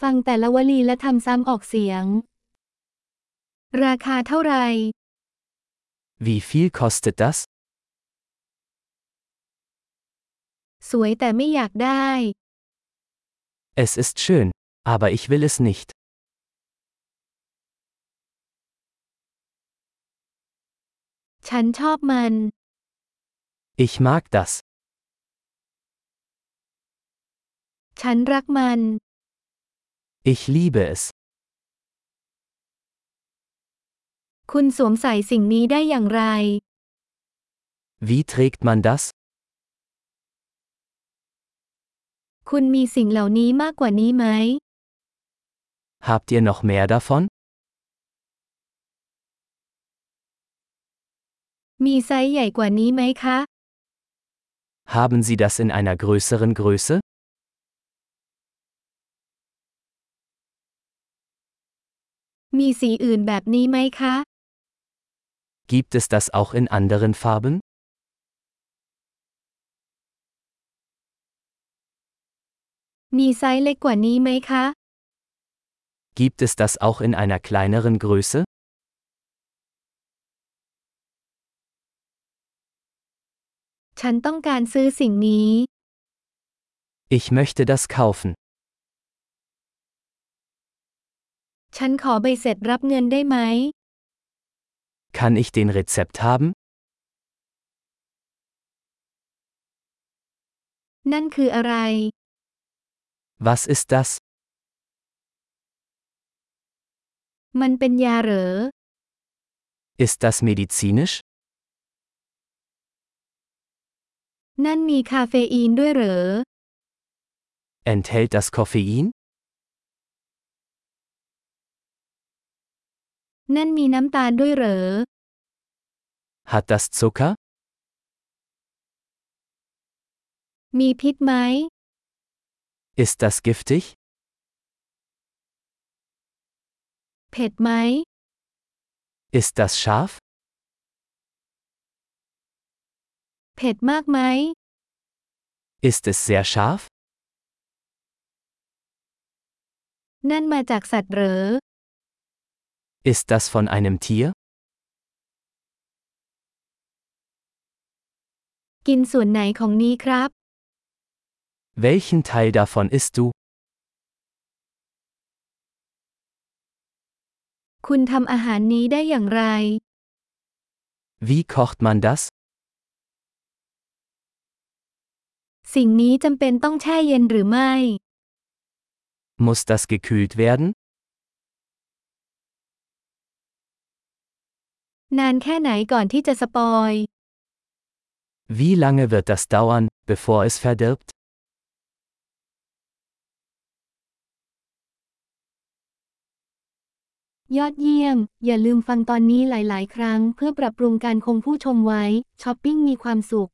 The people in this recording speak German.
ฟังแต่ละวลีและทำซ้ำออกเสียง ราคาเท่าไหร่ Wie viel kostet das? สวยแต่ไม่อยากได้ Es ist schön, aber ich will es nicht. ฉันชอบมัน Ich mag das. ฉันรักมัน Ich liebe es. คุณสวมใส่สิ่งนี้ได้อย่างไร Wie trägt man das? คุณมีสิ่งเหล่านี้มากกว่านี้ไหม Habt ihr noch mehr davon? มีไซส์ใหญ่กว่านี้ไหมคะ Haben Sie das in einer größeren Größe? มีสีอื่นแบบนี้ไหมคะ Gibt es das auch in anderen Farben? มีไซส์เล็กกว่านี้ไหมคะ Gibt es das auch in einer kleineren Größe? ฉันต้องการซื้อสิ่งนี้ Ich möchte das kaufen. ฉันขอใบเสร็จรับเงินได้ไหม Kann ich den Rezept haben? นั่นคืออะไร Was ist das? มันเป็นยาเหรอ Ist das medizinisch? นั่นมีคาเฟอีนด้วยเหรอ Enthält das Koffein? นั่นมีน้ำตาลด้วยเหรอ Hat das Zucker? มีพิษไหม Ist das giftig? เผ็ดไหม Ist das scharf? เผ็ดมากไหม Ist es sehr scharf? นั่นมาจากสัตว์เหรอ Ist das von einem Tier? กินส่วนไหนของนี้ครับ Welchen Teil davon isst du? คุณทำอาหารนี้ได้อย่างไร Wie kocht man das? สิ่งนี้จำเป็นต้องแช่เย็นหรือไม่ Muss das gekühlt werden? นานแค่ไหนก่อนที่จะสปอย Wie lange wird das dauern, bevor es verdirbt? ยอดเยี่ยม อย่าลืมฟังตอนนี้หลาย ๆ ครั้ง เพื่อปรับปรุงการคงผู้ชมไว้ ช้อปปิ้งมีความสุข